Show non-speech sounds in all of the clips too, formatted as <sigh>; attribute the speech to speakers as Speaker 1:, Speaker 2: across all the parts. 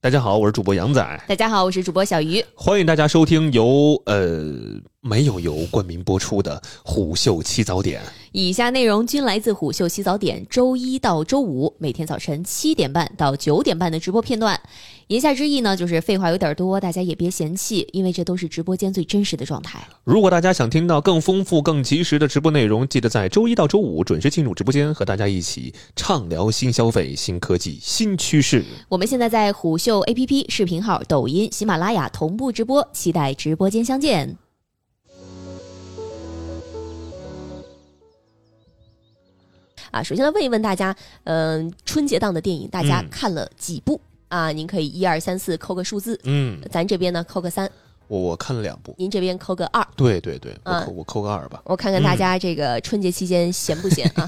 Speaker 1: 大家好，我是主播杨仔，
Speaker 2: 大家好，我是主播小鱼。
Speaker 1: 欢迎大家收听由呃没有由冠名播出的《虎嗅七早点》。
Speaker 2: 以下内容均来自虎嗅洗早点周一到周五每天早晨七点半到九点半的直播片段。言下之意呢，就是废话有点多，大家也别嫌弃，因为这都是直播间最真实的状态。
Speaker 1: 如果大家想听到更丰富、更及时的直播内容，记得在周一到周五准时进入直播间，和大家一起畅聊新消费、新科技、新趋势。
Speaker 2: 我们现在在虎嗅 APP 视频号、抖音、喜马拉雅同步直播，期待直播间相见。啊，首先来问一问大家，嗯、春节档的电影大家
Speaker 1: 嗯
Speaker 2: 看了几部、啊？您可以一二三四扣个数字，
Speaker 1: 嗯，
Speaker 2: 咱这边呢扣个三，
Speaker 1: 我我看了两部，
Speaker 2: 您这边扣个二。
Speaker 1: 对对对，我
Speaker 2: 嗯
Speaker 1: 扣、我扣个二吧。
Speaker 2: 我看看大
Speaker 1: 嗯
Speaker 2: 家这个春节期间闲不闲
Speaker 1: <laughs>
Speaker 2: 啊？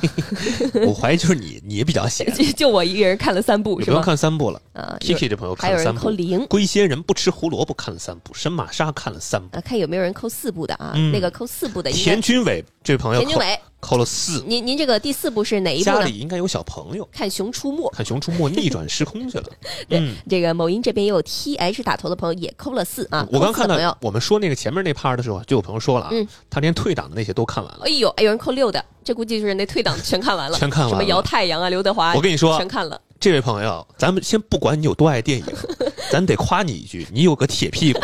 Speaker 1: 我怀疑就是你，你比较
Speaker 2: <laughs>
Speaker 1: 闲，
Speaker 2: 就就我一个人看了三部
Speaker 1: 也
Speaker 2: 是
Speaker 1: 不用
Speaker 2: 吧？
Speaker 1: 看三部了。
Speaker 2: 啊，有
Speaker 1: Kiki 这朋友
Speaker 2: 还
Speaker 1: 看
Speaker 2: 有
Speaker 1: 了
Speaker 2: 人
Speaker 1: 三
Speaker 2: 扣
Speaker 1: 部，
Speaker 2: 零
Speaker 1: 龟仙人不吃胡萝卜看了三部，神马莎看了三部，
Speaker 2: 啊，看有没有人扣四部的啊？
Speaker 1: 嗯
Speaker 2: 那个扣四部的应该
Speaker 1: 田军伟这位朋友扣
Speaker 2: 田经纬，
Speaker 1: 扣了四，
Speaker 2: 您您这个第四部是哪一部
Speaker 1: 哎家
Speaker 2: 呢？
Speaker 1: 里应该有小朋友
Speaker 2: 看《熊出没》，
Speaker 1: 看《熊出没》逆转时空去了。
Speaker 2: <laughs> 对
Speaker 1: 嗯，
Speaker 2: 这个某音这边也有 T H 打头的朋友也扣了四啊，
Speaker 1: 我刚
Speaker 2: 扣四
Speaker 1: 看
Speaker 2: 的朋友
Speaker 1: 到，我们说那个前面那 part 的时候，就有朋友说了啊
Speaker 2: 嗯，
Speaker 1: 他连退档的那些都看完了。
Speaker 2: 哎呦，哎有人扣六的，这估计就是那退档全看完了，
Speaker 1: 全看完
Speaker 2: 什么
Speaker 1: 了
Speaker 2: 姚太阳啊、刘德华，
Speaker 1: 我跟你说
Speaker 2: 全，看了。
Speaker 1: 这位朋友，咱们先不管你有多爱
Speaker 2: <laughs>
Speaker 1: 电影，咱得夸你一句，你有个铁屁股，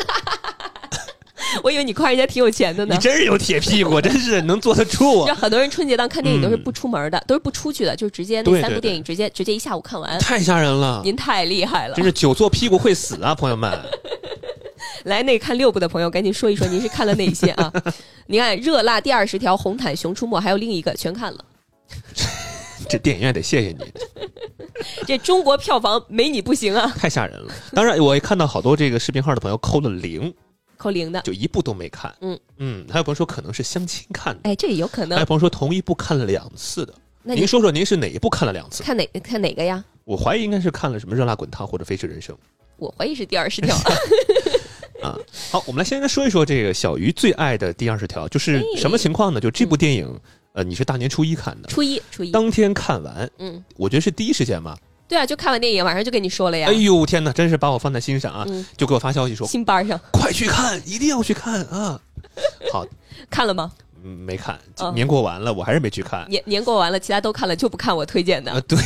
Speaker 2: 我以为你夸人家挺有钱的呢
Speaker 1: 你。真是有铁屁股，真是能坐得住
Speaker 2: 你 <laughs> 知道
Speaker 1: 啊！
Speaker 2: 很多人春节档看电影都是
Speaker 1: 嗯
Speaker 2: 不出门的，都是不出去的，就直接那
Speaker 1: 对
Speaker 2: 三部
Speaker 1: 对
Speaker 2: 电影直接直接一下午看完。
Speaker 1: 太吓人了，
Speaker 2: 您太厉害了
Speaker 1: 真！是久坐屁股会死啊，朋友们。
Speaker 2: 来，那看六部的朋友赶紧说一说，您是看了哪些啊？ <laughs> 你看《热辣》第二十条、《红毯》、《熊出没》，还有另一个全看了。
Speaker 1: 这电影院得谢谢你，
Speaker 2: 这中国票房没你不行啊，
Speaker 1: 太吓人了。当然，我也看到好多这个视频号的朋友扣了零，
Speaker 2: 扣零的。
Speaker 1: 就一部都没看。
Speaker 2: 嗯
Speaker 1: 嗯，还有朋友说可能是相亲看的，
Speaker 2: 哎，这也有可
Speaker 1: 还有
Speaker 2: 能。
Speaker 1: 朋友说同一部看了两次的。
Speaker 2: 那
Speaker 1: 您
Speaker 2: 你
Speaker 1: 说说您是哪一部看了两次？
Speaker 2: 看哪看哪个呀？
Speaker 1: 我怀疑应该是看了什么《热辣滚烫》或者《飞驰
Speaker 2: <laughs>
Speaker 1: 人生
Speaker 2: 我怀疑是第二十条。》
Speaker 1: <laughs> 啊。好，我们来先来说一说这个小鱼最爱的第二十条，就是
Speaker 2: 哎
Speaker 1: 什么情况呢？就这部电影，呃，你是大年初一看的，
Speaker 2: 初一，初一。
Speaker 1: 当天看完，
Speaker 2: 嗯，
Speaker 1: 我觉得是第一时间吧。
Speaker 2: 对啊，就看完电影，晚上就跟你说了呀
Speaker 1: 哎。呦天哪，真是把我放在心上啊！
Speaker 2: 啊嗯，
Speaker 1: 就给我发消息说
Speaker 2: 新班上
Speaker 1: 快去看，一定要去看
Speaker 2: <laughs>
Speaker 1: 啊！好，
Speaker 2: 看了吗？
Speaker 1: 嗯没看，
Speaker 2: 嗯
Speaker 1: 年过完了，我还是没去看。
Speaker 2: 年年过完了，其他都看了，就不看我推荐
Speaker 1: 啊
Speaker 2: 的，，
Speaker 1: 对，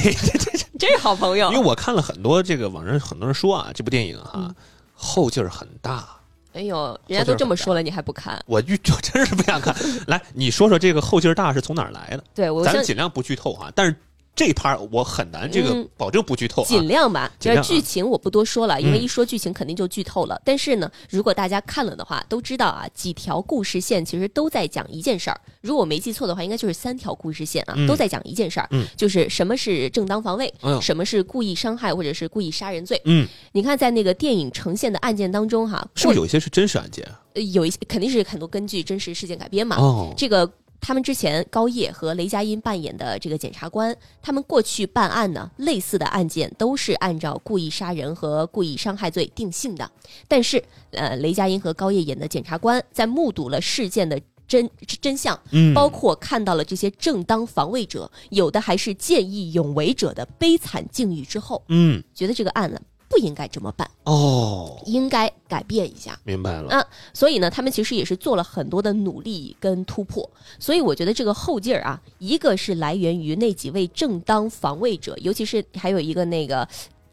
Speaker 2: 真是好朋友
Speaker 1: 因为。我看了很多这个网上很多人说啊，这部电影哈、
Speaker 2: 嗯
Speaker 1: 后劲儿很大，
Speaker 2: 哎呦，人家都这么说了，你还不看？
Speaker 1: 我就就真是不想看。来，你说说这个后劲儿大是从哪儿来的？
Speaker 2: 对我
Speaker 1: 咱
Speaker 2: 相
Speaker 1: 们尽量不剧透哈、但是这一趴儿我很难这个
Speaker 2: 嗯
Speaker 1: 保证不剧透啊。
Speaker 2: 尽量吧，
Speaker 1: 尽
Speaker 2: 就是
Speaker 1: 量啊
Speaker 2: 剧情我不多说了，因为
Speaker 1: 嗯
Speaker 2: 一说剧情肯定就剧透了。但是呢，如果大家看了的话，都知道啊，几条故事线其实都在讲一件事儿。如果我没记错的话，应该就是三条故事线啊，
Speaker 1: 嗯
Speaker 2: 都在讲一件事儿，
Speaker 1: 嗯
Speaker 2: 就是什么是正当防卫，
Speaker 1: 哎呦
Speaker 2: 什么是故意伤害或者是故意杀人罪。
Speaker 1: 嗯，
Speaker 2: 你看，在那个电影呈现的案件当中哈、
Speaker 1: 是不是
Speaker 2: 过
Speaker 1: 有一些是真实案件啊？
Speaker 2: 呃有一些肯定是很多根据真实事件改编嘛？
Speaker 1: 哦，
Speaker 2: 这个他们之前高叶和雷佳音扮演的这个检察官，他们过去办案呢，类似的案件都是按照故意杀人和故意伤害罪定性的。但是，呃，雷佳音和高叶演的检察官在目睹了事件的。真真相，
Speaker 1: 嗯
Speaker 2: 包括看到了这些正当防卫者，有的还是见义勇为者的悲惨境遇之后，
Speaker 1: 嗯，
Speaker 2: 觉得这个案呢不应该这么办，
Speaker 1: 哦，
Speaker 2: 应该改变一下。
Speaker 1: 明白了。
Speaker 2: 啊所以呢，他们其实也是做了很多的努力跟突破。所以我觉得这个后劲儿啊，一个是来源于那几位正当防卫者，尤其是还有一个那个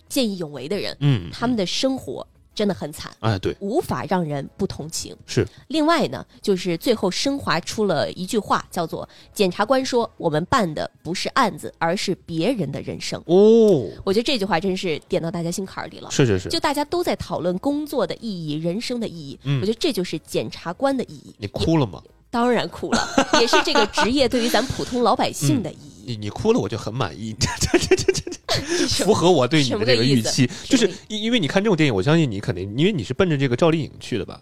Speaker 2: 见义勇为的人，
Speaker 1: 嗯，
Speaker 2: 他们的生活真的很惨。
Speaker 1: 哎，对，
Speaker 2: 无法让人不同情。
Speaker 1: 是，
Speaker 2: 另外呢，就是最后升华出了一句话，叫做“检察官说，我们办的不是案子，而是别人的人生
Speaker 1: 哦，”。
Speaker 2: 我觉得这句话真是点到大家心坎儿里了。
Speaker 1: 是是是，
Speaker 2: 嗯就大家都在讨论工作的意义、人生的意义，
Speaker 1: 嗯
Speaker 2: 我觉得这就是检察官的意义。
Speaker 1: 你哭了吗？
Speaker 2: 当然哭了，
Speaker 1: <laughs>
Speaker 2: 也是这个职业对于咱普通老百姓的意义。
Speaker 1: 你你哭了，我就很满意。
Speaker 2: 这是
Speaker 1: 符合我对你
Speaker 2: 什
Speaker 1: 的
Speaker 2: 么
Speaker 1: 这
Speaker 2: 个
Speaker 1: 个
Speaker 2: 意
Speaker 1: 预
Speaker 2: 思
Speaker 1: 期，就
Speaker 2: 什
Speaker 1: 是
Speaker 2: 么
Speaker 1: 因因为你看这种电影，我相信你肯定，因为你是奔着这个赵丽颖去的吧？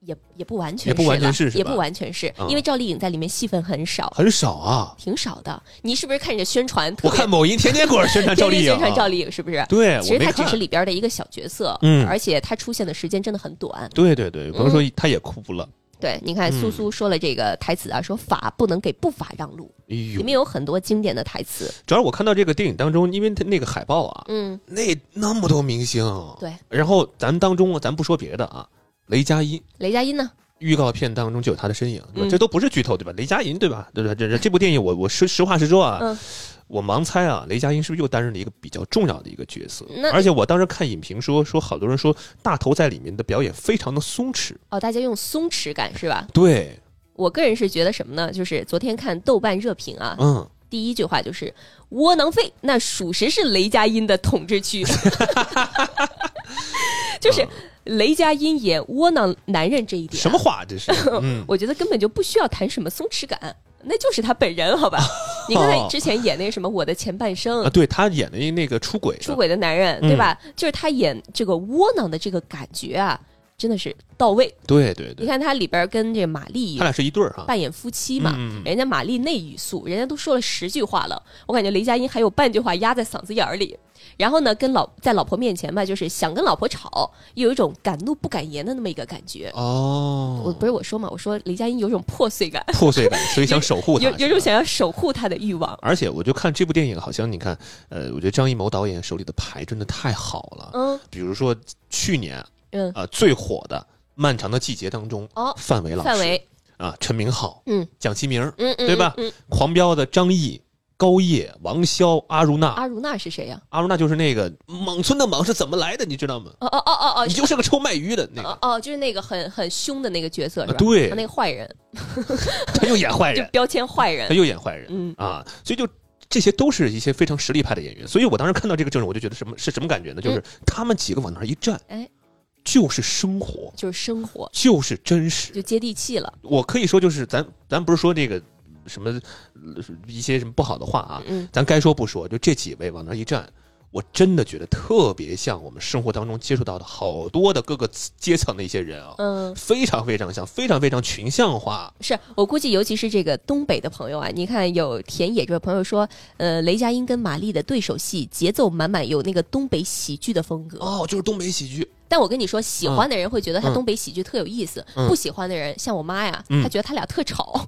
Speaker 2: 也也不完全
Speaker 1: 也不完全是
Speaker 2: 了
Speaker 1: 是
Speaker 2: 也
Speaker 1: 吧
Speaker 2: 不完全是，
Speaker 1: 嗯
Speaker 2: 因为赵丽颖在里面戏份很少，
Speaker 1: 很少啊，
Speaker 2: 挺少的。你是不是看人家宣传特
Speaker 1: 我
Speaker 2: 别
Speaker 1: 看某音天天给我宣传赵
Speaker 2: 天
Speaker 1: 丽
Speaker 2: 天
Speaker 1: 颖啊，
Speaker 2: 宣传赵丽颖是不是？
Speaker 1: 对，
Speaker 2: 其
Speaker 1: 我
Speaker 2: 实
Speaker 1: 没
Speaker 2: 她只
Speaker 1: 看
Speaker 2: 是。里边的一个小角色，
Speaker 1: 嗯
Speaker 2: 而且她出现的时间真的很短。嗯
Speaker 1: 对对对，有朋友说她也哭了，
Speaker 2: 对，你
Speaker 1: 嗯
Speaker 2: 看苏苏说了这个台词啊，说法不能给不法让路，
Speaker 1: 哎
Speaker 2: 里
Speaker 1: 呦，
Speaker 2: 面有很多经典的台词。
Speaker 1: 主要是我看到这个电影当中，因为它那个海报啊，
Speaker 2: 嗯，
Speaker 1: 那那么多明星，
Speaker 2: 对，
Speaker 1: 然后咱当中啊，咱不说别的啊，雷佳音。
Speaker 2: 雷佳音呢？
Speaker 1: 预告片当中就有他的身影，对吧
Speaker 2: 嗯
Speaker 1: 这都不是剧透对吧？雷佳音对吧？对吧？这这这部电影我我实实话实说啊，
Speaker 2: 嗯
Speaker 1: 我盲猜啊，雷佳音是不是又担任了一个比较重要的一个角色
Speaker 2: 那？
Speaker 1: 而且我当时看影评说说好多人说大头在里面的表演非常的松弛，
Speaker 2: 哦，大家用松弛感是吧？
Speaker 1: 对，
Speaker 2: 我个人是觉得什么呢？就是昨天看豆瓣热评啊，
Speaker 1: 嗯，
Speaker 2: 第一句话就是“窝囊废”，那属实是雷佳音的统治区， <laughs> 就是雷佳音演窝囊男人这一点啊，
Speaker 1: 什么话
Speaker 2: <laughs>
Speaker 1: 这是？嗯，
Speaker 2: 我觉得根本就不需要谈什么松弛感，那就是他本人，好吧？你看他之前演那个什么《我的前半生
Speaker 1: 啊，》，对他演的那个出轨的，
Speaker 2: 出轨的男人，对吧？就是他演这个窝囊的这个感觉啊，真的是到位。
Speaker 1: 对对
Speaker 2: 你
Speaker 1: 对，
Speaker 2: 看他里边跟这马丽
Speaker 1: 他俩是一对儿哈，
Speaker 2: 扮演夫妻嘛，
Speaker 1: 啊嗯
Speaker 2: 人家马丽内语速，人家都说了十句话了，我感觉雷佳音还有半句话压在嗓子眼儿里。然后呢，跟老在老婆面前吧，就是想跟老婆吵，又有一种敢怒不敢言的那么一个感觉。我
Speaker 1: 哦，
Speaker 2: 不是我说嘛，我说雷佳音有种破碎感，
Speaker 1: 破碎感，所以想守护他，
Speaker 2: 有
Speaker 1: 是
Speaker 2: 有
Speaker 1: 吧
Speaker 2: 种想要守护他的欲望。
Speaker 1: 而且我就看这部电影，好像你看，呃，我觉得张艺谋导演手里的牌真的太好了。
Speaker 2: 嗯
Speaker 1: 比如说去年
Speaker 2: 嗯，
Speaker 1: 呃最火的《漫长的季节》当中，
Speaker 2: 哦，
Speaker 1: 范伟老师
Speaker 2: 范伟，
Speaker 1: 啊，陈明昊，
Speaker 2: 嗯，
Speaker 1: 蒋奇明，
Speaker 2: 嗯嗯，
Speaker 1: 对吧
Speaker 2: 嗯，嗯
Speaker 1: 狂飙的张译、高叶、王骁、阿如娜，
Speaker 2: 阿如娜是谁呀？
Speaker 1: 阿如娜就是那个莽村的莽是怎么来的，你知道吗？
Speaker 2: 哦哦哦哦哦
Speaker 1: 你。就是个臭卖鱼的那个，
Speaker 2: 哦哦，就是那个很很凶的那个角色是吧？
Speaker 1: 啊对
Speaker 2: 他那个坏人，
Speaker 1: 他又演坏
Speaker 2: <laughs> 就
Speaker 1: 人，哎
Speaker 2: 标签坏
Speaker 1: 他
Speaker 2: 人。
Speaker 1: 又演坏人
Speaker 2: 嗯，
Speaker 1: 啊，所以就。这些都是一些非常实力派的演员，所以我当时看到这个阵容，我就觉得什么是什么感觉呢？就是他们几个往那儿一站，
Speaker 2: 嗯哎，
Speaker 1: 就是生活，
Speaker 2: 就是生活
Speaker 1: 就是真实。
Speaker 2: 就接地气了。
Speaker 1: 我可以说，就是咱咱不是说这个什么呃一些什么不好的话啊，
Speaker 2: 嗯，
Speaker 1: 咱该说不说，就这几位往那一站，我真的觉得特别像我们生活当中接触到的好多的各个阶层的一些人啊，
Speaker 2: 嗯，
Speaker 1: 非常非常像，非常非常群像化。
Speaker 2: 是我估计，尤其是这个东北的朋友啊，你看有田野这位朋友说，呃，雷佳音跟马丽的对手戏节奏满满，有那个东北喜剧的风格。
Speaker 1: 哦，就是东北喜剧，
Speaker 2: 但我跟你说，喜欢的人会觉得他
Speaker 1: 嗯
Speaker 2: 东北喜剧特有意思，
Speaker 1: 嗯
Speaker 2: 不喜欢的人像我妈呀，
Speaker 1: 嗯哦
Speaker 2: 她觉得他俩特吵，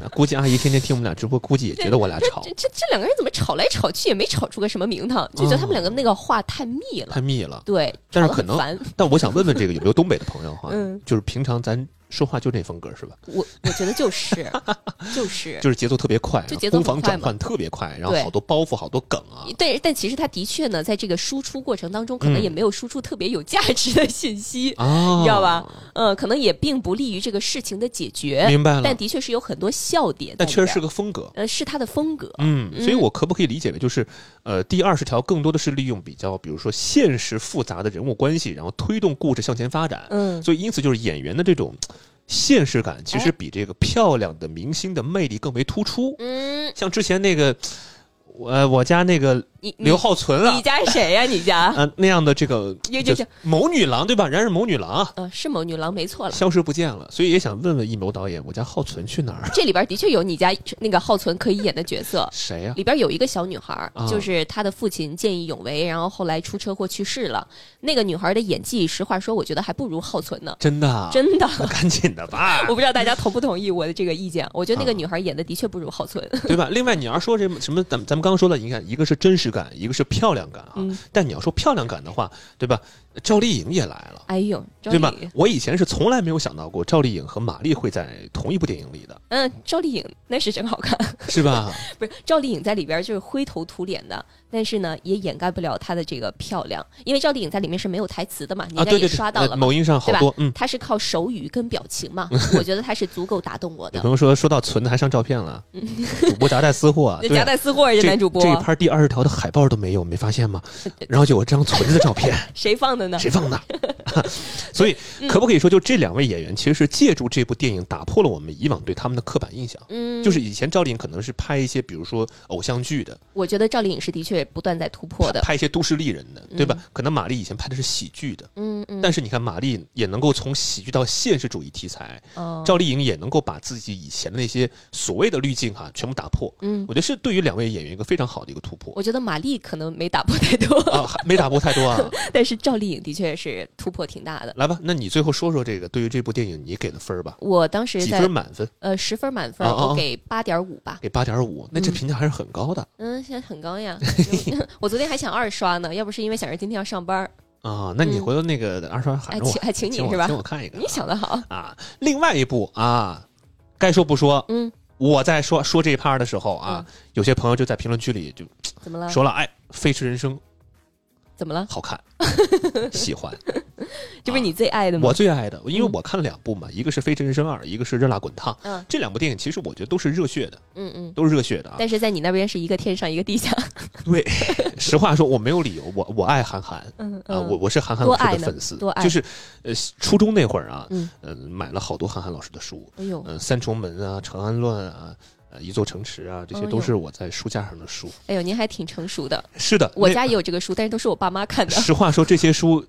Speaker 1: 那估计阿姨天天听我们俩直播，估计也觉得我俩吵
Speaker 2: 这这这两个人怎么吵来吵去也没吵出个什么名堂，就觉得他们两个那个话太密了，
Speaker 1: 太密了。
Speaker 2: 对，
Speaker 1: 哦但是
Speaker 2: 吵得
Speaker 1: 可
Speaker 2: 很
Speaker 1: 能
Speaker 2: 烦。
Speaker 1: 但我想问问这个有没有东北的朋友哈、
Speaker 2: 嗯
Speaker 1: 就是平常咱说话就这风格是吧？
Speaker 2: 我我觉得就是
Speaker 1: <laughs>
Speaker 2: 就是。
Speaker 1: 就是节奏特别快，
Speaker 2: 就节奏
Speaker 1: 攻
Speaker 2: 很
Speaker 1: 防
Speaker 2: 快
Speaker 1: 转
Speaker 2: 嘛
Speaker 1: 换特别快，然后
Speaker 2: 对
Speaker 1: 好多包袱、好多梗啊，
Speaker 2: 对，但其实他的确呢，在这个输出过程当中，可能
Speaker 1: 嗯
Speaker 2: 也没有输出特别有价值的信息。
Speaker 1: 啊，
Speaker 2: 你知道吧？嗯，可能也并不利于这个事情的解决，
Speaker 1: 明白
Speaker 2: 但
Speaker 1: 了，
Speaker 2: 的确是有很多笑点在
Speaker 1: 呃但
Speaker 2: 里边。
Speaker 1: 确实是个风格。
Speaker 2: 呃，是他的风格。
Speaker 1: 嗯，所以
Speaker 2: 嗯
Speaker 1: 我可不可以理解为就是，呃，第二十条更多的是利用比较，比如说现实复杂的人物关系，然后推动故事向前发展。
Speaker 2: 嗯，哎
Speaker 1: 所以因此就是演员的这种现实感，其实比这个漂亮的明星的魅力更为突出。
Speaker 2: 嗯，
Speaker 1: 像之前那个，呃，我家那个
Speaker 2: 你你
Speaker 1: 刘浩存啊
Speaker 2: 你，家谁呀、你家？
Speaker 1: <laughs> 啊那样的这个
Speaker 2: 有有
Speaker 1: 就
Speaker 2: 有
Speaker 1: 某女郎对吧？然而某女郎啊，
Speaker 2: 呃，是某女郎，没错了。
Speaker 1: 消失不见了。所以也想问问一谋导演，我家浩存去哪儿？
Speaker 2: 这里边的确有你家那个浩存可以演的角色。
Speaker 1: 谁啊呀、
Speaker 2: 里边有一个小女孩儿
Speaker 1: 啊，
Speaker 2: 就是她的父亲见义勇为，然后后来出车祸去世了。那个女孩的演技，实话说，我觉得还不如浩存呢，
Speaker 1: 真的啊？
Speaker 2: 真
Speaker 1: <laughs>
Speaker 2: <laughs> 的。
Speaker 1: 那赶紧的吧。
Speaker 2: 我不知道大家同不同意我的这个意见，我觉
Speaker 1: 啊
Speaker 2: 得那个女孩演的的确不如浩存。
Speaker 1: 对吧？另外，你要说这什么，咱们咱们刚刚说的，你看，一个是真实感，一个是漂亮感啊。
Speaker 2: 嗯
Speaker 1: 但你要说漂亮感的话，对吧？赵丽颖也来了，
Speaker 2: 哎呦，赵
Speaker 1: 对吧
Speaker 2: 丽，？
Speaker 1: 我以前是从来没有想到过赵丽颖和马丽会在同一部电影里的，
Speaker 2: 嗯，赵丽颖那是真好看。
Speaker 1: 是
Speaker 2: <laughs>
Speaker 1: 吧？啊
Speaker 2: 不是赵丽颖在里边就是灰头土脸的，但是呢，也掩盖不了她的这个漂亮，因为赵丽颖在里面是没有台词的嘛，你
Speaker 1: 啊，
Speaker 2: 应该
Speaker 1: 对
Speaker 2: 也
Speaker 1: 对对，
Speaker 2: 刷到
Speaker 1: 呃
Speaker 2: 了嘛，
Speaker 1: 某音上好多，嗯。
Speaker 2: 她是靠手语跟表
Speaker 1: <laughs>
Speaker 2: 情嘛，我觉得她是足够打动我
Speaker 1: 有
Speaker 2: 的。
Speaker 1: 朋友说说到存的还上照片了，
Speaker 2: <laughs>
Speaker 1: 主播夹带私货啊，
Speaker 2: 那
Speaker 1: 对
Speaker 2: 夹
Speaker 1: 啊。
Speaker 2: 带私货，人
Speaker 1: 这
Speaker 2: 家男主播
Speaker 1: 这一拍第二十条的海报都没有，没发
Speaker 2: <laughs>
Speaker 1: 现吗？然后就有张存的照片，
Speaker 2: 谁放的呢？嗯
Speaker 1: 谁
Speaker 2: <laughs>
Speaker 1: 放的？ <laughs> 所以，可不可以说，就这两位演员其实是借助这部电影打破了我们以往对他们的刻板印象？
Speaker 2: 嗯，
Speaker 1: 就是以前赵丽颖可能是拍一些，比如说偶像剧的，
Speaker 2: 我觉得赵丽颖是的确不断在突破的。
Speaker 1: 拍一些都市丽人的，对吧？可能马丽以前拍的是喜剧的，
Speaker 2: 嗯嗯，
Speaker 1: 但是你看马丽也能够从喜剧到现实主义题材，
Speaker 2: 哦
Speaker 1: 赵丽颖也能够把自己以前的那些所谓的滤镜哈、全部打破。
Speaker 2: 嗯，
Speaker 1: 我觉得是对于两位演员一个非常好的一个突破
Speaker 2: 我觉得马丽可能没打破太多， <laughs>
Speaker 1: 啊，还没打破太多啊。
Speaker 2: 但是赵丽颖的确是突破挺大的。
Speaker 1: 来吧，那你最后说说这个对于这部电影你给的分儿吧，
Speaker 2: 我当时
Speaker 1: 几
Speaker 2: 在
Speaker 1: 分满分？
Speaker 2: 呃十分满分，
Speaker 1: 啊啊啊
Speaker 2: 我给八点五吧。
Speaker 1: 给八点五，那这评价还是很高的、
Speaker 2: 嗯，现在很
Speaker 1: <laughs>
Speaker 2: 高呀。 <laughs> 我昨天还想二刷呢，要不是因为想着今天要上班儿，
Speaker 1: 啊。那你
Speaker 2: 嗯
Speaker 1: 回头那个二刷喊
Speaker 2: 哎，
Speaker 1: 着我，
Speaker 2: 请哎请你
Speaker 1: 请我
Speaker 2: 是吧
Speaker 1: 请？我看一看啊。
Speaker 2: 你想的好，
Speaker 1: 啊，另外一部啊，该说不说，
Speaker 2: 嗯，
Speaker 1: 我在说说这一趴的时候啊，有些朋友就在评论区里就
Speaker 2: 怎么了？
Speaker 1: 说了，哎，《飞驰人生》
Speaker 2: 怎么了？
Speaker 1: 好
Speaker 2: <laughs>
Speaker 1: 看，喜欢，
Speaker 2: 这不是你最爱的
Speaker 1: 啊
Speaker 2: 吗？
Speaker 1: 我最爱的，因为
Speaker 2: 嗯
Speaker 1: 我看了两部嘛，一个是《飞驰人生二》，一个是《热辣滚烫》。
Speaker 2: 嗯
Speaker 1: 这两部电影其实我觉得都是热血的，
Speaker 2: 嗯嗯。
Speaker 1: 都是热血的啊。
Speaker 2: 但是在你那边是一个天上一个地下，
Speaker 1: 对，实话说，我没有理由，我我爱韩寒。
Speaker 2: 嗯
Speaker 1: 啊，
Speaker 2: 嗯
Speaker 1: 我我是韩寒
Speaker 2: 多
Speaker 1: 老师
Speaker 2: 爱
Speaker 1: 的
Speaker 2: 呢
Speaker 1: 粉丝
Speaker 2: 多，爱
Speaker 1: 就是呃，初中那会儿啊，
Speaker 2: 嗯
Speaker 1: 呃，买了好多韩寒老师的书，
Speaker 2: 哎呦，
Speaker 1: 嗯，《三重门》啊，《长安乱》啊，呃，《一座城池》啊，这些
Speaker 2: 哦
Speaker 1: 都
Speaker 2: 哟
Speaker 1: 是我在书架上的书。
Speaker 2: 哎呦，您还挺成熟的。
Speaker 1: 是的，
Speaker 2: 我
Speaker 1: 那
Speaker 2: 家也有这个书，但是都是我爸妈看的。
Speaker 1: 实话说，这些书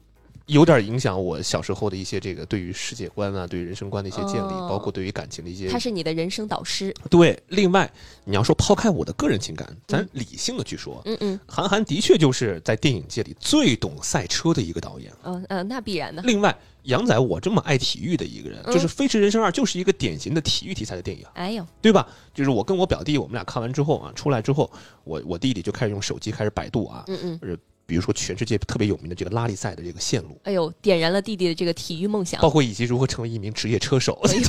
Speaker 1: 有点影响我小时候的一些这个对于世界观啊、对于人生观的一些建立，
Speaker 2: 哦
Speaker 1: 包括对于感情的一些
Speaker 2: 他是你的人生导师。
Speaker 1: 对。另外，你要说抛开我的个人情感，咱理性的去说，
Speaker 2: 嗯嗯，
Speaker 1: 韩寒的确就是在电影界里最懂赛车的一个导演。
Speaker 2: 哦嗯、呃，那必然的。
Speaker 1: 另外，杨仔我这么爱体育的一个人，就是《
Speaker 2: 嗯
Speaker 1: 飞驰人生二》就是一个典型的体育题材的电影。
Speaker 2: 哎呦，
Speaker 1: 对吧？就是我跟我表弟，我们俩看完之后啊，出来之后，我我弟弟就开始用手机开始百度啊，
Speaker 2: 嗯嗯，
Speaker 1: 比如说全世界特别有名的这个拉力赛的这个线路，
Speaker 2: 哎呦，点燃了弟弟的这个体育梦想
Speaker 1: 包。括以及如何成为一名职业车手。
Speaker 2: 嗯哎呦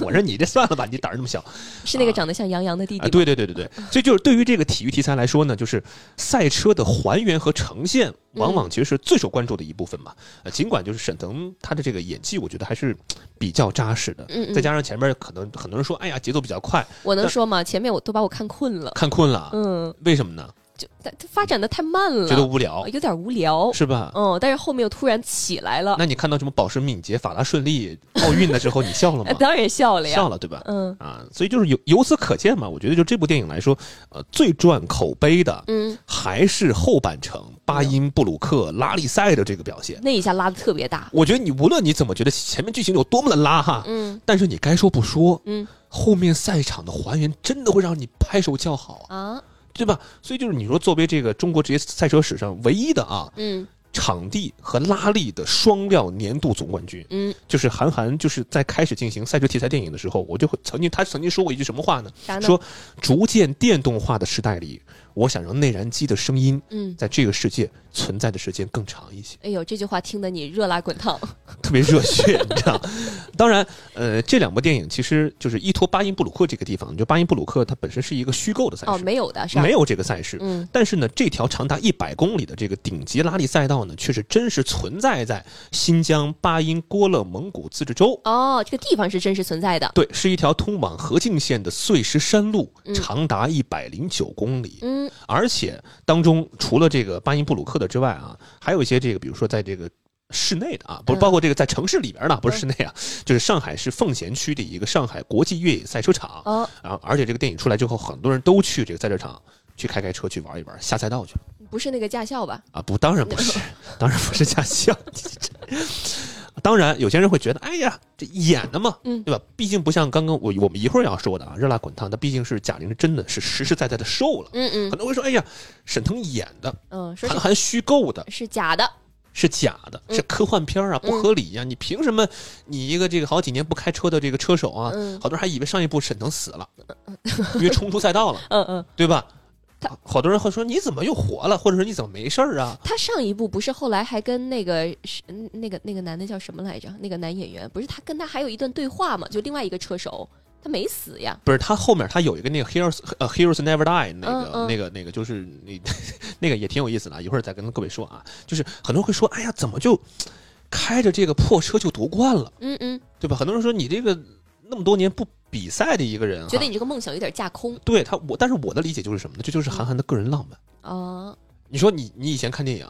Speaker 1: <laughs> 我说你这算了吧，你胆儿那么
Speaker 2: <laughs>
Speaker 1: 小啊！
Speaker 2: 是那个长得像杨洋的弟弟吗？
Speaker 1: 对对对对对，所以就是对于这个体育题材来说呢，就是赛车的还原和呈现，往往其实是最受关注的一部分嘛。呃，尽管就是沈腾他的这个演技，我觉得还是比较扎实的。
Speaker 2: 嗯嗯，
Speaker 1: 再加上前面可能很多人说，哎呀，节奏比较快，
Speaker 2: 我能
Speaker 1: 但
Speaker 2: 说吗？前面我都把我看困了。
Speaker 1: 看困了，
Speaker 2: 嗯，
Speaker 1: 为什么呢？
Speaker 2: 就它它发展的太慢了，
Speaker 1: 觉得无聊
Speaker 2: 哦，有点无聊。
Speaker 1: 是吧？
Speaker 2: 嗯，但是后面又突然起来了，
Speaker 1: 那你看到什么保时敏捷、法拉顺利、奥运的时候，你笑
Speaker 2: <laughs>
Speaker 1: 了吗
Speaker 2: 哎？当然笑了呀。
Speaker 1: 笑了，对吧？
Speaker 2: 嗯
Speaker 1: 啊，所以就是由由此可见嘛，我觉得就这部电影来说，呃，最赚口碑的
Speaker 2: 嗯，
Speaker 1: 还是后半程巴音、布鲁克、拉力赛的这个表现。
Speaker 2: 那一下拉的特别大。
Speaker 1: 我觉得你无论你怎么觉得前面剧情有多么的拉哈，
Speaker 2: 嗯
Speaker 1: 但是你该说不说，
Speaker 2: 嗯
Speaker 1: 后面赛场的还原真的会让你拍手叫好啊，
Speaker 2: 啊
Speaker 1: 对吧？所以就是你说作为这个中国职业赛车史上唯一的啊
Speaker 2: 嗯
Speaker 1: 场地和拉力的双料年度总冠军，
Speaker 2: 嗯，
Speaker 1: 就是韩寒，就是在开始进行赛车题材电影的时候，我就会曾经他曾经说过一句什么话呢？
Speaker 2: 啥呢？
Speaker 1: 说逐渐电动化的时代里，我想让内燃机的声音
Speaker 2: 嗯，
Speaker 1: 在这个世界存在的时间更长一些，
Speaker 2: 哎呦，这句话听得你热辣滚
Speaker 1: <laughs>
Speaker 2: 烫。
Speaker 1: 特别热血， <laughs> 你知道？当然，呃，这两部电影其实就是依托巴音布鲁克这个地方，就巴音布鲁克它本身是一个虚构的赛
Speaker 2: 哦，
Speaker 1: 事，
Speaker 2: 没有的是吧？
Speaker 1: 没有这个赛事。
Speaker 2: 嗯
Speaker 1: 但是呢，这条长达一百公里的这个顶级拉力赛道呢，却是真实存在在新疆巴音郭勒蒙古自治州
Speaker 2: 哦，这个地方是真实存在的。
Speaker 1: 对，是一条通往河静县的碎石山路，
Speaker 2: 嗯
Speaker 1: 长达一百零九公里。
Speaker 2: 嗯
Speaker 1: 而且当中除了这个巴音布鲁克的之外啊，还有一些这个，比如说在这个室内的啊，不是
Speaker 2: 嗯
Speaker 1: 包括这个在城市里边的，不是室内啊，就是上海市奉贤区的一个上海国际越野赛车场。
Speaker 2: 哦，
Speaker 1: 啊，而且这个电影出来之后，很多人都去这个赛车场去开开车去玩一玩，下赛道去了
Speaker 2: 不是那个驾校吧？
Speaker 1: 啊？不，当然不
Speaker 2: <laughs>
Speaker 1: 是，当然不是驾校。当然，有些人会觉得，哎呀，这演的嘛，
Speaker 2: 嗯
Speaker 1: 对吧？毕竟不像刚刚我我们一会儿要说的啊，《热辣滚烫》它毕竟是贾玲真的是实实在在的瘦了，
Speaker 2: 嗯
Speaker 1: 很
Speaker 2: 嗯
Speaker 1: 多人会说，哎呀，沈腾演的，
Speaker 2: 嗯，说
Speaker 1: 韩
Speaker 2: 是
Speaker 1: 寒虚构的，
Speaker 2: 是假
Speaker 1: <laughs>
Speaker 2: 的。
Speaker 1: 是假的，
Speaker 2: 嗯
Speaker 1: 是科幻片啊，
Speaker 2: 嗯
Speaker 1: 不合理呀、你凭什么你一个这个好几年不开车的这个车手啊，
Speaker 2: 嗯
Speaker 1: 好多人还以为上一部沈腾死了，因为冲出赛道了，
Speaker 2: 嗯嗯，
Speaker 1: 对吧？好多人会说你怎么又活了，或者说你怎么没事儿啊？
Speaker 2: 他上一部不是后来还跟那个是那个那个男的叫什么来着？那个男演员不是他跟他还有一段对话嘛？就另外一个车手，他没死呀。
Speaker 1: 不是他后面他有一个那个 heroes 呃 heroes never die 那个、
Speaker 2: 嗯嗯
Speaker 1: 那个那个就是那那个也挺有意思的啊，一会儿再跟各位说啊。就是很多人会说，哎呀，怎么就开着这个破车就夺冠了，
Speaker 2: 嗯嗯，
Speaker 1: 对吧？很多人说你这个那么多年不比赛的一个人哈，
Speaker 2: 觉得你这个梦想有点架空
Speaker 1: 对他我，但是我的理解就是什么呢？这
Speaker 2: 嗯
Speaker 1: 就是韩寒的个人浪漫。
Speaker 2: 啊。
Speaker 1: 你说你你以前看电影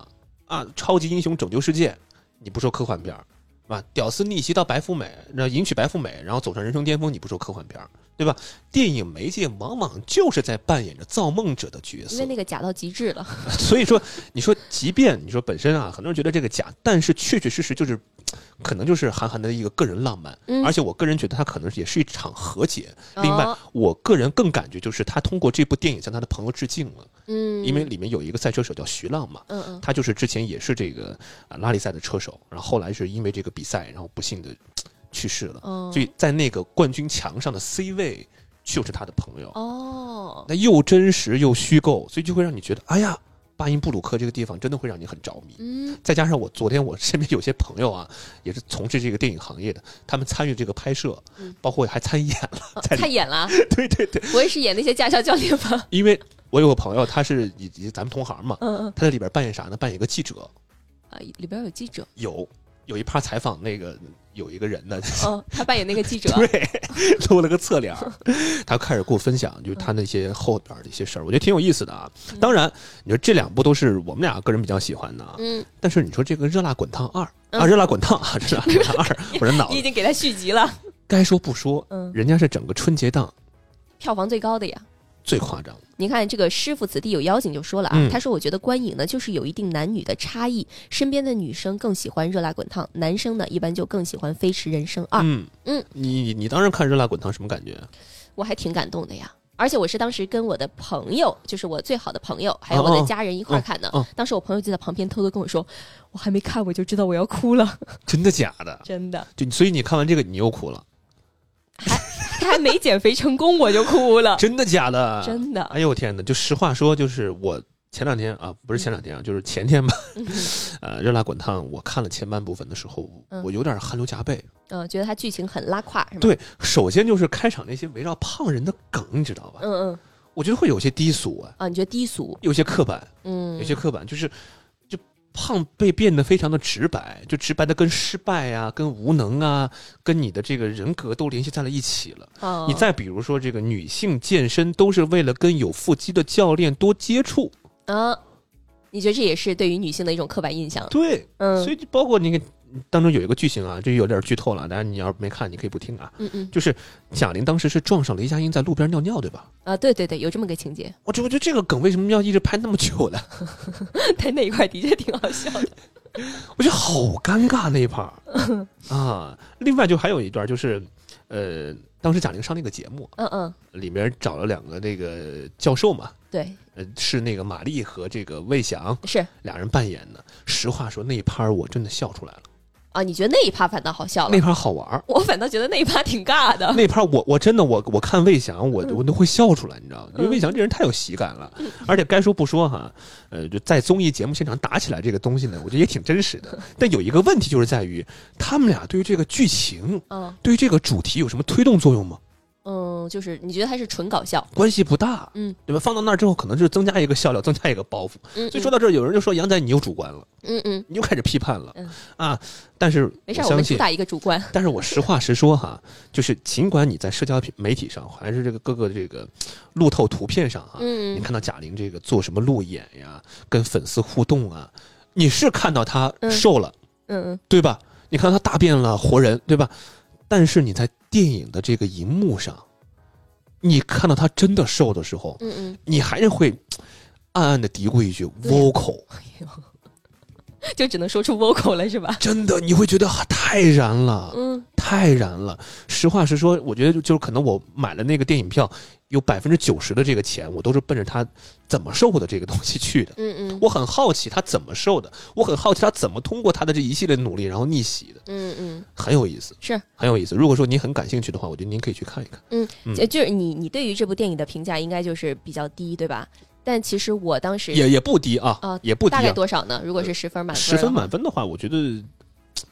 Speaker 1: 啊，超级英雄拯救世界，你不说科幻片儿啊，屌丝逆袭到白富美，那迎娶白富美，然后走上人生巅峰，你不说科幻片儿，对吧？电影媒介往往就是在扮演着造梦者的角
Speaker 2: 因为
Speaker 1: 色，
Speaker 2: 那个假到极致了，
Speaker 1: <laughs> 所以说，你说即便你说本身啊，很多人觉得这个假，但是确确实实就是，可能就是韩寒的一个个人浪漫，
Speaker 2: 嗯
Speaker 1: 而且我个人觉得他可能也是一场和解。啊另外
Speaker 2: 哦，
Speaker 1: 我个人更感觉就是他通过这部电影向他的朋友致敬了，
Speaker 2: 嗯，
Speaker 1: 因为里面有一个赛车手叫徐浪嘛，
Speaker 2: 嗯嗯
Speaker 1: 他就是之前也是这个啊拉力赛的车手，然后后来是因为这个比赛，然后不幸的去世了。
Speaker 2: 嗯，
Speaker 1: 所以在那个冠军墙上的 C 位就是他的朋友，
Speaker 2: 哦，
Speaker 1: 那又真实又虚构，所以就会让你觉得，哎呀，巴音布鲁克这个地方真的会让你很着迷。
Speaker 2: 嗯
Speaker 1: 再加上我昨天我身边有些朋友啊，也是从事这个电影行业的，他们参与这个拍摄
Speaker 2: 嗯，
Speaker 1: 包括还参演了。 <laughs>
Speaker 2: 哦
Speaker 1: 在里
Speaker 2: 太演了啊，
Speaker 1: 对对对，
Speaker 2: 我也是演那些驾校教练
Speaker 1: <laughs>
Speaker 2: 吧，
Speaker 1: 因为我有个朋友，他是以及咱们同行嘛，
Speaker 2: 嗯嗯
Speaker 1: 他在里边扮演啥呢？扮演一个记者，
Speaker 2: 啊，里边有记者，
Speaker 1: 有有一趴采访那个有一个人呢，
Speaker 2: 哦，他扮演那个记者，
Speaker 1: <laughs> 对，露了个侧脸
Speaker 2: <laughs>
Speaker 1: 儿，他开始给我分享，就是他那些后边儿的一些事儿，我觉得挺有意思的啊。
Speaker 2: 嗯
Speaker 1: 当然，你说这两部都是我们俩个人比较喜欢的啊，
Speaker 2: 嗯，
Speaker 1: 但是你说这个《热辣滚烫二》啊，《
Speaker 2: 嗯
Speaker 1: 热辣滚
Speaker 2: <laughs>
Speaker 1: 烫》啊，《热辣滚烫二》，我这脑
Speaker 2: 你已
Speaker 1: 子
Speaker 2: 经给他续集了，
Speaker 1: 该说不说，
Speaker 2: 嗯，
Speaker 1: 人家是整个春节档
Speaker 2: 票房最高的呀。
Speaker 1: 最夸张的。
Speaker 2: 您看这个师傅子弟有妖精就说了啊，
Speaker 1: 嗯
Speaker 2: 他说我觉得观影呢就是有一定男女的差异，身边的女生更喜欢热辣滚烫，男生呢一般就更喜欢飞驰人生二，
Speaker 1: 嗯
Speaker 2: 嗯，
Speaker 1: 你你你当时看《热辣滚烫》什么感觉？
Speaker 2: 我还挺感动的呀。而且我是当时跟我的朋友，就是我最好的朋友，还有我的家人一块儿看的。
Speaker 1: 哦哦哦
Speaker 2: 当时我朋友就在旁边偷偷跟我说：“我还没看，我就知道我要哭了。
Speaker 1: 真的假”的？
Speaker 2: 真的，
Speaker 1: 就所以你看完这个你又哭了？
Speaker 2: 他还没减肥成功，我就哭
Speaker 1: <laughs>
Speaker 2: 了。
Speaker 1: 真的假的？
Speaker 2: 真的，
Speaker 1: 哎呦我天哪！就实话说，就是我前两天啊，不是前两天啊，就是前天吧，
Speaker 2: 嗯
Speaker 1: 呃，《热辣滚烫》我看了前半部分的时候，
Speaker 2: 嗯
Speaker 1: 我有点汗流浃背。
Speaker 2: 嗯，觉得他剧情很拉胯，是吗？，
Speaker 1: 对，首先就是开场那些围绕胖人的梗，你知道吧？
Speaker 2: 嗯嗯，
Speaker 1: 我觉得会有些低俗啊，
Speaker 2: 啊，你觉得低俗？
Speaker 1: 有些刻板，
Speaker 2: 嗯，
Speaker 1: 有些刻板，就是就胖被变得非常的直白，就直白的跟失败啊、跟无能啊、跟你的这个人格都联系在了一起了。
Speaker 2: 哦
Speaker 1: 你再比如说，这个女性健身都是为了跟有腹肌的教练多接触，
Speaker 2: 啊，你觉得这也是对于女性的一种刻板印象？
Speaker 1: 对，
Speaker 2: 嗯
Speaker 1: 所以就包括那个当中有一个剧情啊，这有点剧透了，但是你要是没看，你可以不听啊。
Speaker 2: 嗯嗯
Speaker 1: 就是贾玲当时是撞上雷佳音在路边尿尿，对吧？
Speaker 2: 啊，对对对，有这么个
Speaker 1: <laughs>
Speaker 2: 情节，
Speaker 1: 我这我觉得这个梗为什么要一直拍那么久呢？
Speaker 2: 但那一块的确挺好笑的。
Speaker 1: 我觉得 <laughs> 好尴尬那一趴儿 <laughs> 啊。另外就还有一段就是，呃，当时贾玲上那个节目，
Speaker 2: <laughs> 嗯嗯，
Speaker 1: 里面找了两个那个教授嘛，
Speaker 2: 对，
Speaker 1: 呃，是那个马丽和这个魏翔
Speaker 2: 是
Speaker 1: 俩人扮演的。实话说那一趴儿我真的笑出来了，
Speaker 2: 啊，你觉得那一趴反倒好笑了
Speaker 1: 那，趴儿好玩儿。
Speaker 2: <laughs> 我反倒觉得那一趴挺尬的。
Speaker 1: <laughs> 那盘我我真的我我看魏翔我
Speaker 2: 嗯
Speaker 1: 我都会笑出来，你知道吗？因为
Speaker 2: 嗯
Speaker 1: 魏翔这人太有喜感了，而且该说不说哈，呃，就在综艺节目现场打起来这个东西呢，我觉得也挺真实
Speaker 2: <laughs>
Speaker 1: 的。但有一个问题就是在于，他们俩对于这个剧情、
Speaker 2: <laughs> 嗯
Speaker 1: 对于这个主题有什么推动作用吗？
Speaker 2: 嗯，就是你觉得它是纯搞笑，
Speaker 1: 关系不大，
Speaker 2: 嗯，
Speaker 1: 对吧？放到那儿之后，可能就是增加一个笑料，增加一个包袱。
Speaker 2: 嗯，
Speaker 1: 所以说到这儿，有人就说杨仔你又主观了，
Speaker 2: 嗯嗯，
Speaker 1: 你又开始批判了
Speaker 2: 嗯
Speaker 1: 啊！但是我
Speaker 2: 没事儿，我
Speaker 1: 相
Speaker 2: 们主
Speaker 1: 信
Speaker 2: 打一个主观，
Speaker 1: 但是我实话实说哈，就是尽管你在社交媒体上，还是这个各个这个路透图片上哈，
Speaker 2: 嗯
Speaker 1: 啊你看到贾玲这个做什么路演呀，跟粉丝互动啊，你是看到她
Speaker 2: 嗯
Speaker 1: 瘦了，
Speaker 2: 嗯嗯，
Speaker 1: 对吧？你看到她大变了活人，对吧？但是你在电影的这个荧幕上，你看到她真的瘦的时候，
Speaker 2: 嗯嗯，
Speaker 1: 你还是会暗暗的嘀咕一句
Speaker 2: 对
Speaker 1: vocal，
Speaker 2: 就只能说出 vocal 了是吧？
Speaker 1: 真的你会觉得啊太燃了。
Speaker 2: 嗯
Speaker 1: 太燃了。实话实说，我觉得就就是可能我买了那个电影票，有百分之九十的这个钱，我都是奔着他怎么瘦的这个东西去的。 <laughs>
Speaker 2: 嗯嗯，
Speaker 1: 我很好奇他怎么瘦的，我很好奇他怎么通过他的这一系列努力然后逆袭的，
Speaker 2: 嗯嗯
Speaker 1: 很有意思，
Speaker 2: 是，
Speaker 1: 很有意思。如果说您很感兴趣的话，我觉得您可以去看一看。嗯
Speaker 2: 就就是你你对于这部电影的评价应该就是比较低对吧？但其实我当时
Speaker 1: 也也不低啊，
Speaker 2: 啊
Speaker 1: 也不低、
Speaker 2: 大概
Speaker 1: 啊。
Speaker 2: 多少呢？如果是十分满分
Speaker 1: 十
Speaker 2: 的话，
Speaker 1: 分满分的话，我觉得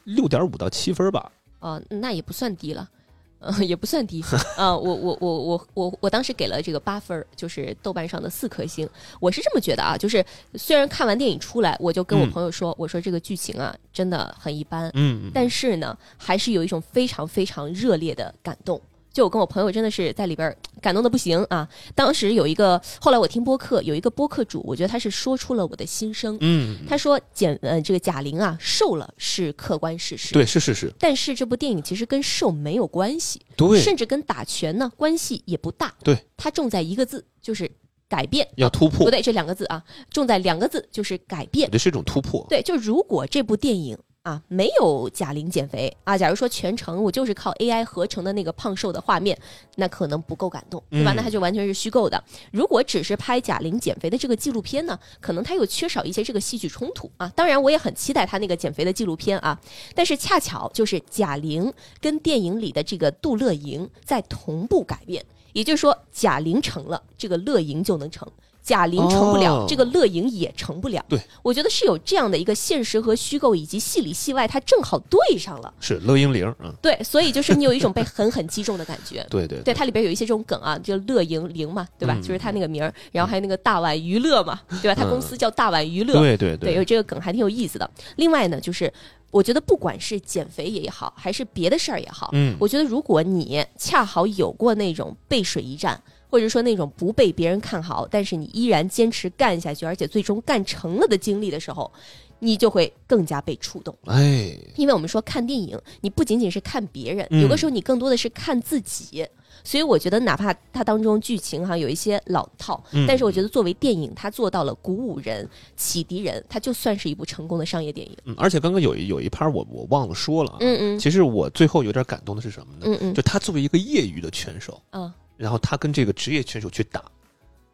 Speaker 1: 六点五到七分吧。
Speaker 2: 哦，那也不算低了。 <laughs> 嗯，也不算低啊、我我我我我我当时给了这个八分儿，就是豆瓣上的四颗星。我是这么觉得啊，就是虽然看完电影出来，我就跟我
Speaker 1: 嗯
Speaker 2: 朋友说，我说这个剧情啊真的很一般，
Speaker 1: 嗯，
Speaker 2: 但是呢，还是有一种非常非常热烈的感动，就我跟我朋友真的是在里边儿感动的不行啊！当时有一个，后来我听播客，有一个播客主，我觉得他是说出了我的心声。
Speaker 1: 嗯，
Speaker 2: 他说简呃这个贾玲啊瘦了是客观事实，
Speaker 1: 对，是是是，
Speaker 2: 但是这部电影其实跟瘦没有关系，
Speaker 1: 对，
Speaker 2: 甚至跟打拳呢关系也不大。
Speaker 1: 对，
Speaker 2: 它重在一个字，就是改变。
Speaker 1: 要突
Speaker 2: 不
Speaker 1: 破，
Speaker 2: 对，这两个字啊，重在两个字，就是改变。
Speaker 1: 这是一种突破，
Speaker 2: 对，就如果这部电影啊没有贾玲减肥啊，假如说全程我就是靠 AI 合成的那个胖瘦的画面，那可能不够感动，对吧？
Speaker 1: 嗯
Speaker 2: 那它就完全是虚构的。如果只是拍贾玲减肥的这个纪录片呢，可能它又缺少一些这个戏剧冲突啊。当然，我也很期待它那个减肥的纪录片啊，但是恰巧就是贾玲跟电影里的这个杜乐莹在同步改变。也就是说，贾玲成了，这个乐莹就能成；贾玲成不了，
Speaker 1: 哦
Speaker 2: 这个乐莹也成不了。我觉得是有这样的一个现实和虚构以及戏里戏外，它正好对上了。
Speaker 1: 是乐英玲，嗯，
Speaker 2: 对，所以就是你有一种被狠狠击中的感
Speaker 1: <laughs>
Speaker 2: 觉。
Speaker 1: 对对
Speaker 2: 对，它里边有一些这种梗啊，就乐莹玲嘛，对吧？
Speaker 1: 嗯
Speaker 2: 就是它那个名儿，然后还有那个大碗娱乐嘛，对吧？它公司叫大碗娱乐，
Speaker 1: 对对
Speaker 2: 对，有这个梗还挺有意思的。另外呢，就是我觉得不管是减肥也好，还是别的事儿也好，
Speaker 1: 嗯
Speaker 2: 我觉得如果你恰好有过那种背水一战，或者说那种不被别人看好，但是你依然坚持干下去，而且最终干成了的经历的时候，你就会更加被触动。
Speaker 1: 哎，
Speaker 2: 因为我们说看电影，你不仅仅是看别人，
Speaker 1: 嗯
Speaker 2: 有的时候你更多的是看自己。所以我觉得，哪怕它当中剧情哈有一些老套，
Speaker 1: 嗯
Speaker 2: 但是我觉得作为电影，它做到了鼓舞人、启迪人，它就算是一部成功的商业电影。
Speaker 1: 嗯，而且刚刚有一有一趴我我忘了说了啊，
Speaker 2: 嗯嗯
Speaker 1: 其实我最后有点感动的是什么呢？
Speaker 2: 嗯嗯
Speaker 1: 就他作为一个业余的拳手，
Speaker 2: 啊
Speaker 1: 然后他跟这个职业拳手去打，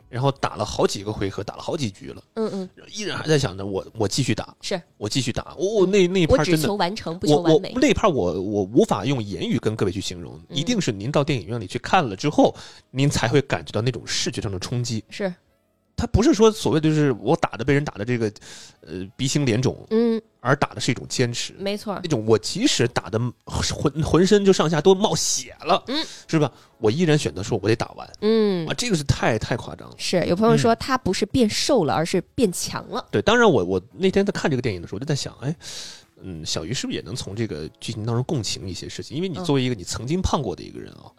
Speaker 1: 然后打了好几个回合，打了好几局了，
Speaker 2: 嗯嗯，
Speaker 1: 依然还在想着我我继续打，
Speaker 2: 是
Speaker 1: 我继续打，我、我那那一
Speaker 2: 我
Speaker 1: 趴
Speaker 2: 只
Speaker 1: 真的
Speaker 2: 求。完成，不
Speaker 1: 我
Speaker 2: 求
Speaker 1: 我
Speaker 2: 完美。
Speaker 1: 那一趴我我无法用言语跟各位去形容，
Speaker 2: 嗯
Speaker 1: 一定是您到电影院里去看了之后，您才会感觉到那种视觉上的冲击。
Speaker 2: 是，
Speaker 1: 他不是说所谓的就是我打的被人打的这个，呃鼻青脸肿，
Speaker 2: 嗯，
Speaker 1: 而打的是一种坚持。
Speaker 2: 没错儿
Speaker 1: 那，种我即使打的浑浑身就上下都冒血了，
Speaker 2: 嗯，
Speaker 1: 是吧？我依然选择说我得打完
Speaker 2: 嗯
Speaker 1: 啊，，这个是太太夸张了。
Speaker 2: 是有
Speaker 1: 嗯
Speaker 2: 朋友说他不是变瘦了，而是变强了。
Speaker 1: 对，当然我我那天在看这个电影的时候，我就在想，哎，嗯，小鱼是不是也能从这个剧情当中共情一些事情？因为你
Speaker 2: 嗯
Speaker 1: 作为一个你曾经胖过的一个人啊，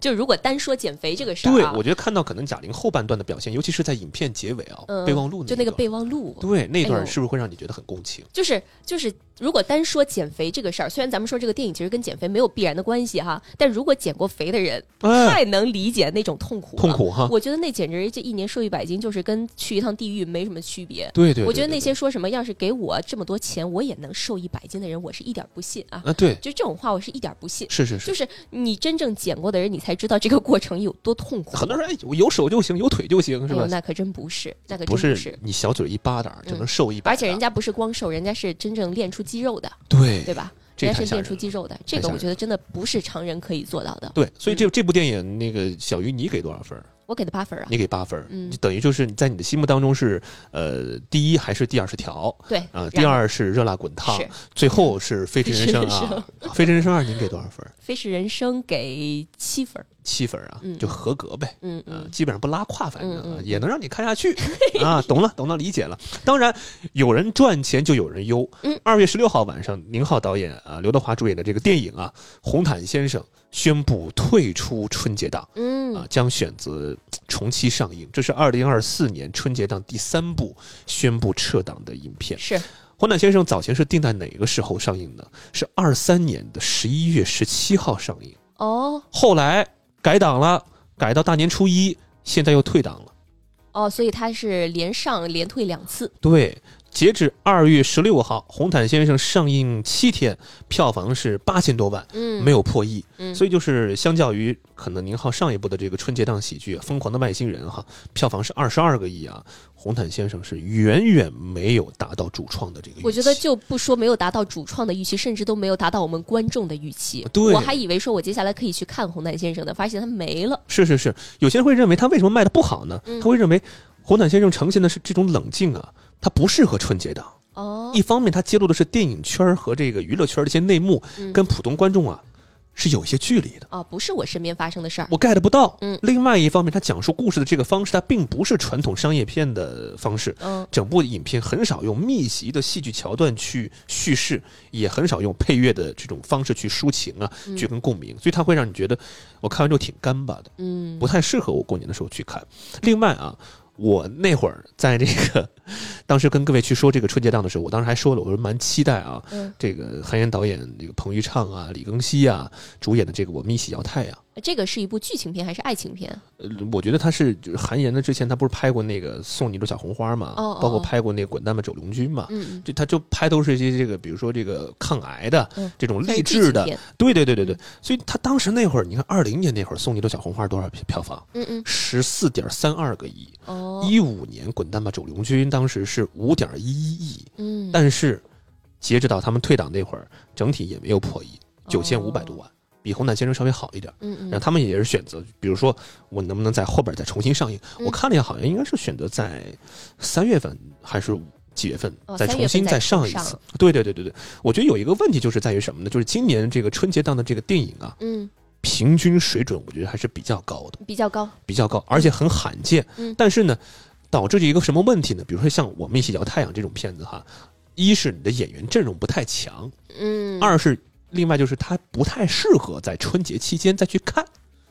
Speaker 2: 就如果单说减肥这个事儿
Speaker 1: 对
Speaker 2: 啊，
Speaker 1: 我觉得看到可能贾玲后半段的表现，尤其是在影片结尾啊，
Speaker 2: 嗯
Speaker 1: 备忘录
Speaker 2: 就
Speaker 1: 那
Speaker 2: 那个
Speaker 1: 段
Speaker 2: 备忘录，
Speaker 1: 对那
Speaker 2: 哎呦
Speaker 1: 段是不是会让你觉得很共情？
Speaker 2: 就是就是，如果单说减肥这个事儿，虽然咱们说这个电影其实跟减肥没有必然的关系哈，但如果减过肥的人，
Speaker 1: 哎，
Speaker 2: 太能理解那种痛苦了
Speaker 1: 痛。苦哈，
Speaker 2: 我觉得那简直这一年瘦一百斤，就是跟去一趟地狱没什么区别。
Speaker 1: 对对，
Speaker 2: 我觉得
Speaker 1: 对
Speaker 2: 那
Speaker 1: 对
Speaker 2: 些说什么要是给我这么多钱，我也能瘦一百斤的人，我是一点儿不信啊！
Speaker 1: 啊，对，
Speaker 2: 就这种话，我是一点儿不信。
Speaker 1: 是是，
Speaker 2: 就是是你真正减过的人，你才知道这个过程有多痛苦。
Speaker 1: 很多人哎，我有手就行，有腿就行，是
Speaker 2: 哎呦
Speaker 1: 吧？
Speaker 2: 那可真不是，那可真
Speaker 1: 不
Speaker 2: 是。嗯
Speaker 1: 是你小嘴一巴掌就能瘦一百的，
Speaker 2: 而且人家不是光瘦，人家是真正练出肌肉的，
Speaker 1: 对
Speaker 2: 对吧？
Speaker 1: 这
Speaker 2: 人
Speaker 1: 个
Speaker 2: 家
Speaker 1: 太
Speaker 2: 是
Speaker 1: 吓
Speaker 2: 练
Speaker 1: 人
Speaker 2: 出肌
Speaker 1: 了。
Speaker 2: 肉的，这
Speaker 1: 太
Speaker 2: 个
Speaker 1: 吓
Speaker 2: 我
Speaker 1: 人
Speaker 2: 觉得真的不是常人可以做到的。
Speaker 1: 对，所以这这部电影，那个小鱼，你给多少分儿？
Speaker 2: 我给他八分儿啊，
Speaker 1: 你给八分儿，
Speaker 2: 嗯
Speaker 1: 就等于就是你在你的心目当中是，呃，第一还是第二是条
Speaker 2: 对
Speaker 1: 啊、
Speaker 2: 然
Speaker 1: 第
Speaker 2: 后
Speaker 1: 二是热辣滚烫
Speaker 2: 是，
Speaker 1: 最后是飞驰人生
Speaker 2: 飞驰人
Speaker 1: 啊。飞驰人生二，您给多少分儿？
Speaker 2: 《飞驰人生》给七分儿，
Speaker 1: 七分儿啊
Speaker 2: 嗯，
Speaker 1: 就合格呗。
Speaker 2: 嗯
Speaker 1: 啊，
Speaker 2: 嗯，
Speaker 1: 基本上不拉胯，反正、
Speaker 2: 嗯
Speaker 1: 啊
Speaker 2: 嗯
Speaker 1: 也能让你看下
Speaker 2: <laughs>
Speaker 1: 去啊。懂了，懂了，理解了。当然，有人赚钱就有人忧。
Speaker 2: 嗯
Speaker 1: 二月十六号晚上，宁浩导演啊，刘德华主演的这个电影啊，《红毯先生》宣布退出春节档
Speaker 2: 嗯
Speaker 1: 啊，将选择重期上映。这是二零二四年春节档第三部宣布撤档的影片。《
Speaker 2: 是
Speaker 1: 红毯先生》早前是定在哪个时候上映呢？是二三年的十一月十七号上映，
Speaker 2: 哦
Speaker 1: 后来改档了，改到大年初一，现在又退档了。
Speaker 2: 哦，所以他是连上连退两次，
Speaker 1: 对，截止二月十六号，《红毯先生》上映七天，票房是八千多万，
Speaker 2: 嗯，
Speaker 1: 没有破亿。
Speaker 2: 嗯，
Speaker 1: 所以就是相较于可能宁浩上一部的这个春节档喜剧《疯狂的外星人》哈，票房是二十二个亿啊，《红毯先生》是远远没有达到主创的这个预期。
Speaker 2: 我觉得就不说没有达到主创的预期，甚至都没有达到我们观众的预期。
Speaker 1: 对
Speaker 2: 我还以为说我接下来可以去看红毯先生的，发现他没了。
Speaker 1: 是是是，有些人会认为他为什么卖的不好呢？
Speaker 2: 嗯
Speaker 1: 他会认为《红毯先生》呈现的是这种冷静啊，它不适合春节档。
Speaker 2: 哦
Speaker 1: 一，方面，它揭露的是电影圈儿和这个娱乐圈儿的一些内幕，
Speaker 2: 嗯
Speaker 1: 跟普通观众啊是有一些距离的，
Speaker 2: 哦，不是我身边发生的事儿，
Speaker 1: 我 get 不到。
Speaker 2: 嗯
Speaker 1: 另外一方面，他讲述故事的这个方式，它并不是传统商业片的方式。
Speaker 2: 嗯
Speaker 1: 整部影片很少用密集的戏剧桥段去叙事，也很少用配乐的这种方式去抒情啊，
Speaker 2: 嗯
Speaker 1: 去跟共鸣，所以它会让你觉得我看完之后挺干巴的，
Speaker 2: 嗯
Speaker 1: 不太适合我过年的时候去看。另外啊，我那会儿在这个当时跟各位去说这个春节档的时候，我当时还说了，我说蛮期待啊，
Speaker 2: 嗯，
Speaker 1: 这个韩延导演这个彭昱畅啊、李庚希啊主演的这个《我们一起摇太阳》。啊
Speaker 2: 这个是一部剧情片还是爱情片？
Speaker 1: 呃，我觉得他是就是韩延的，之前他不是拍过那个《送你一朵小红花》嘛，
Speaker 2: 哦哦
Speaker 1: 包括
Speaker 2: 哦
Speaker 1: 拍过那个《滚蛋吧，走龙君》嘛，
Speaker 2: 嗯，
Speaker 1: 这他就拍都是一些这个，比如说这个抗癌的、
Speaker 2: 嗯
Speaker 1: 这种
Speaker 2: 算
Speaker 1: 励
Speaker 2: 是剧
Speaker 1: 志
Speaker 2: 情
Speaker 1: 的，
Speaker 2: 片，嗯
Speaker 1: 对对对对对。所以他当时那会儿，你看二零年那会儿，《送你一朵小红花》多少票票房？
Speaker 2: 嗯嗯，
Speaker 1: 十四点三二个亿。
Speaker 2: 哦，
Speaker 1: 一五年，《滚蛋吧，走龙君》当时是五点一一亿，
Speaker 2: 嗯，
Speaker 1: 但是截止到他们退档那会儿，整体也没有破亿，九千五百多
Speaker 2: 哦，
Speaker 1: 万，比《红毯先生》稍微好一点。
Speaker 2: 嗯嗯，
Speaker 1: 然后他们也是选择，比如说我能不能在后边再重新上映？
Speaker 2: 嗯
Speaker 1: 我看了一下，好像应该是选择在三月份还是几月份
Speaker 2: 哦
Speaker 1: 再
Speaker 2: 三
Speaker 1: 重
Speaker 2: 月
Speaker 1: 新
Speaker 2: 份
Speaker 1: 再
Speaker 2: 再
Speaker 1: 上
Speaker 2: 重
Speaker 1: 一次
Speaker 2: 上。
Speaker 1: 对对对对对，我觉得有一个问题就是在于什么呢？就是今年这个春节档的这个电影啊，
Speaker 2: 嗯
Speaker 1: 平均水准我觉得还是比较高的，
Speaker 2: 比较高，
Speaker 1: 比较高，而且很罕见
Speaker 2: 嗯。
Speaker 1: 但是呢，导致一个什么问题呢？比如说像我们一起聊太阳这种片子哈，一是你的演员阵容不太强，
Speaker 2: 嗯，
Speaker 1: 二是另外就是它不太适合在春节期间再去看。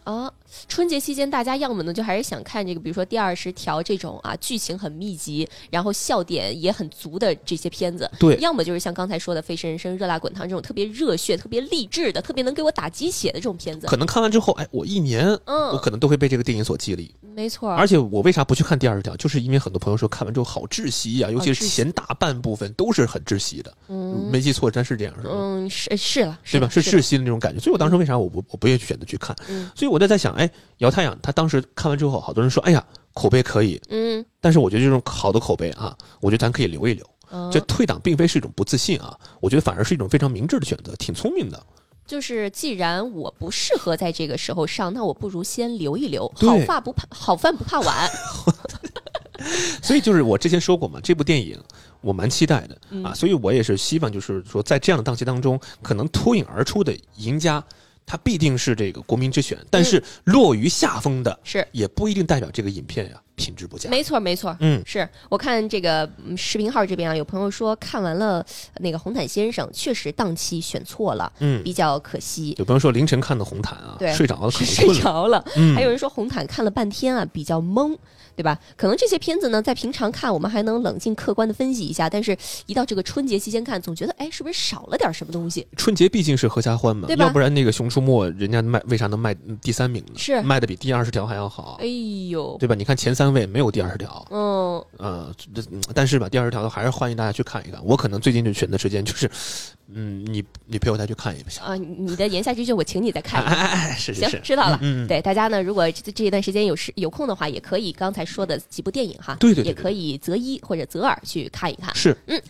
Speaker 2: 啊，春节期间大家要么呢就还是想看这个，比如说第二十条这种啊，剧情很密集，然后笑点也很足的这些片子。
Speaker 1: 对
Speaker 2: 要么就是像刚才说的《飞驰人生》《热辣滚烫》这种特别热血、特别励志的、特别能给我打鸡血的这种片子。
Speaker 1: 可能看完之后，哎，我一年，
Speaker 2: 嗯
Speaker 1: 我可能都会被这个电影所激励。
Speaker 2: 没错儿，
Speaker 1: 而且我为啥不去看第二十条，就是因为很多朋友说看完之后好窒息呀、尤其
Speaker 2: 窒
Speaker 1: 是
Speaker 2: 息
Speaker 1: 前大半部分都是很窒息的，
Speaker 2: 嗯
Speaker 1: 没记错，真是这样是吗？
Speaker 2: 嗯是是了，
Speaker 1: 对吧？
Speaker 2: 是
Speaker 1: 是
Speaker 2: 了
Speaker 1: 窒
Speaker 2: 是
Speaker 1: 息的那种感觉，所以我当时为啥我不我不愿意选择去看？
Speaker 2: 嗯
Speaker 1: 所以我在在想，哎，《摇太阳》他当时看完之后，好多人说，哎呀，口碑可以，
Speaker 2: 嗯，
Speaker 1: 但是我觉得这种好的口碑啊，我觉得咱可以留一留。
Speaker 2: 嗯
Speaker 1: 这退档并非是一种不自信啊，我觉得反而是一种非常明智的选择，挺聪明的。
Speaker 2: 就是既然我不适合在这个时候上，那我不如先留一留，
Speaker 1: 对
Speaker 2: 好饭不怕好饭不怕晚。
Speaker 1: 所以就是我之前说过嘛，这部电影我蛮期待的
Speaker 2: 嗯
Speaker 1: 啊，所以我也是希望就是说，在这样的档期当中，可能脱颖而出的赢家，他必定是这个国民之选，
Speaker 2: 嗯
Speaker 1: 但是落于下风的，
Speaker 2: 是
Speaker 1: 也不一定代表这个影片呀、品质不佳。
Speaker 2: 没错儿，没错儿。
Speaker 1: 嗯，
Speaker 2: 是我看这个嗯视频号这边啊，有朋友说看完了呃那个《红毯先生》，确实档期选错了，
Speaker 1: 嗯
Speaker 2: 比较可惜。
Speaker 1: 有朋友说凌晨看的《红毯》啊
Speaker 2: 对，
Speaker 1: 睡着了可
Speaker 2: 是
Speaker 1: 能
Speaker 2: 睡
Speaker 1: 困了。
Speaker 2: 着了，
Speaker 1: 嗯
Speaker 2: 还有人说红毯看了半天啊，比较懵，对吧？可能这些片子呢，在平常看我们还能冷静客观的分析一下，但是一到这个春节期间看，总觉得哎，是不是少了点什么东西？
Speaker 1: 春节毕竟是合家欢嘛
Speaker 2: 对，吧
Speaker 1: 要不然那个《熊出没》人家卖为啥能卖嗯第三名呢？
Speaker 2: 是
Speaker 1: 卖的比第二十条还要好
Speaker 2: 哎，呦，
Speaker 1: 对吧？你看前三位没有第二十条，
Speaker 2: 嗯，
Speaker 1: 呃，这嗯但是吧，第二十条还是欢迎大家去看一看。我可能最近就选择时间就是，嗯，你你陪我再去看一下。
Speaker 2: 啊，你你的言下之意就是我请你再
Speaker 1: 哎
Speaker 2: 看一
Speaker 1: 哎哎，哎是是
Speaker 2: 行，
Speaker 1: 是，
Speaker 2: 知道了。
Speaker 1: 嗯，嗯
Speaker 2: 对大家呢，如果这这一段时间有时有空的话，也可以刚才说的几部电影哈，
Speaker 1: 对对对
Speaker 2: 也可以择一或者择二去看一看，
Speaker 1: 是，
Speaker 2: 嗯，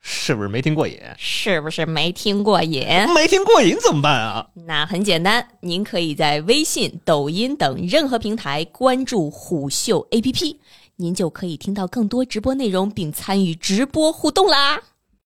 Speaker 1: 是不是没听过瘾？
Speaker 2: 是不是没听过瘾？ <laughs>
Speaker 1: 没听过瘾怎么办啊？
Speaker 2: 那很简单，您可以在微信、抖音等任何平台关注虎嗅 APP，您就可以听到更多直播内容，并参与直播互动啦。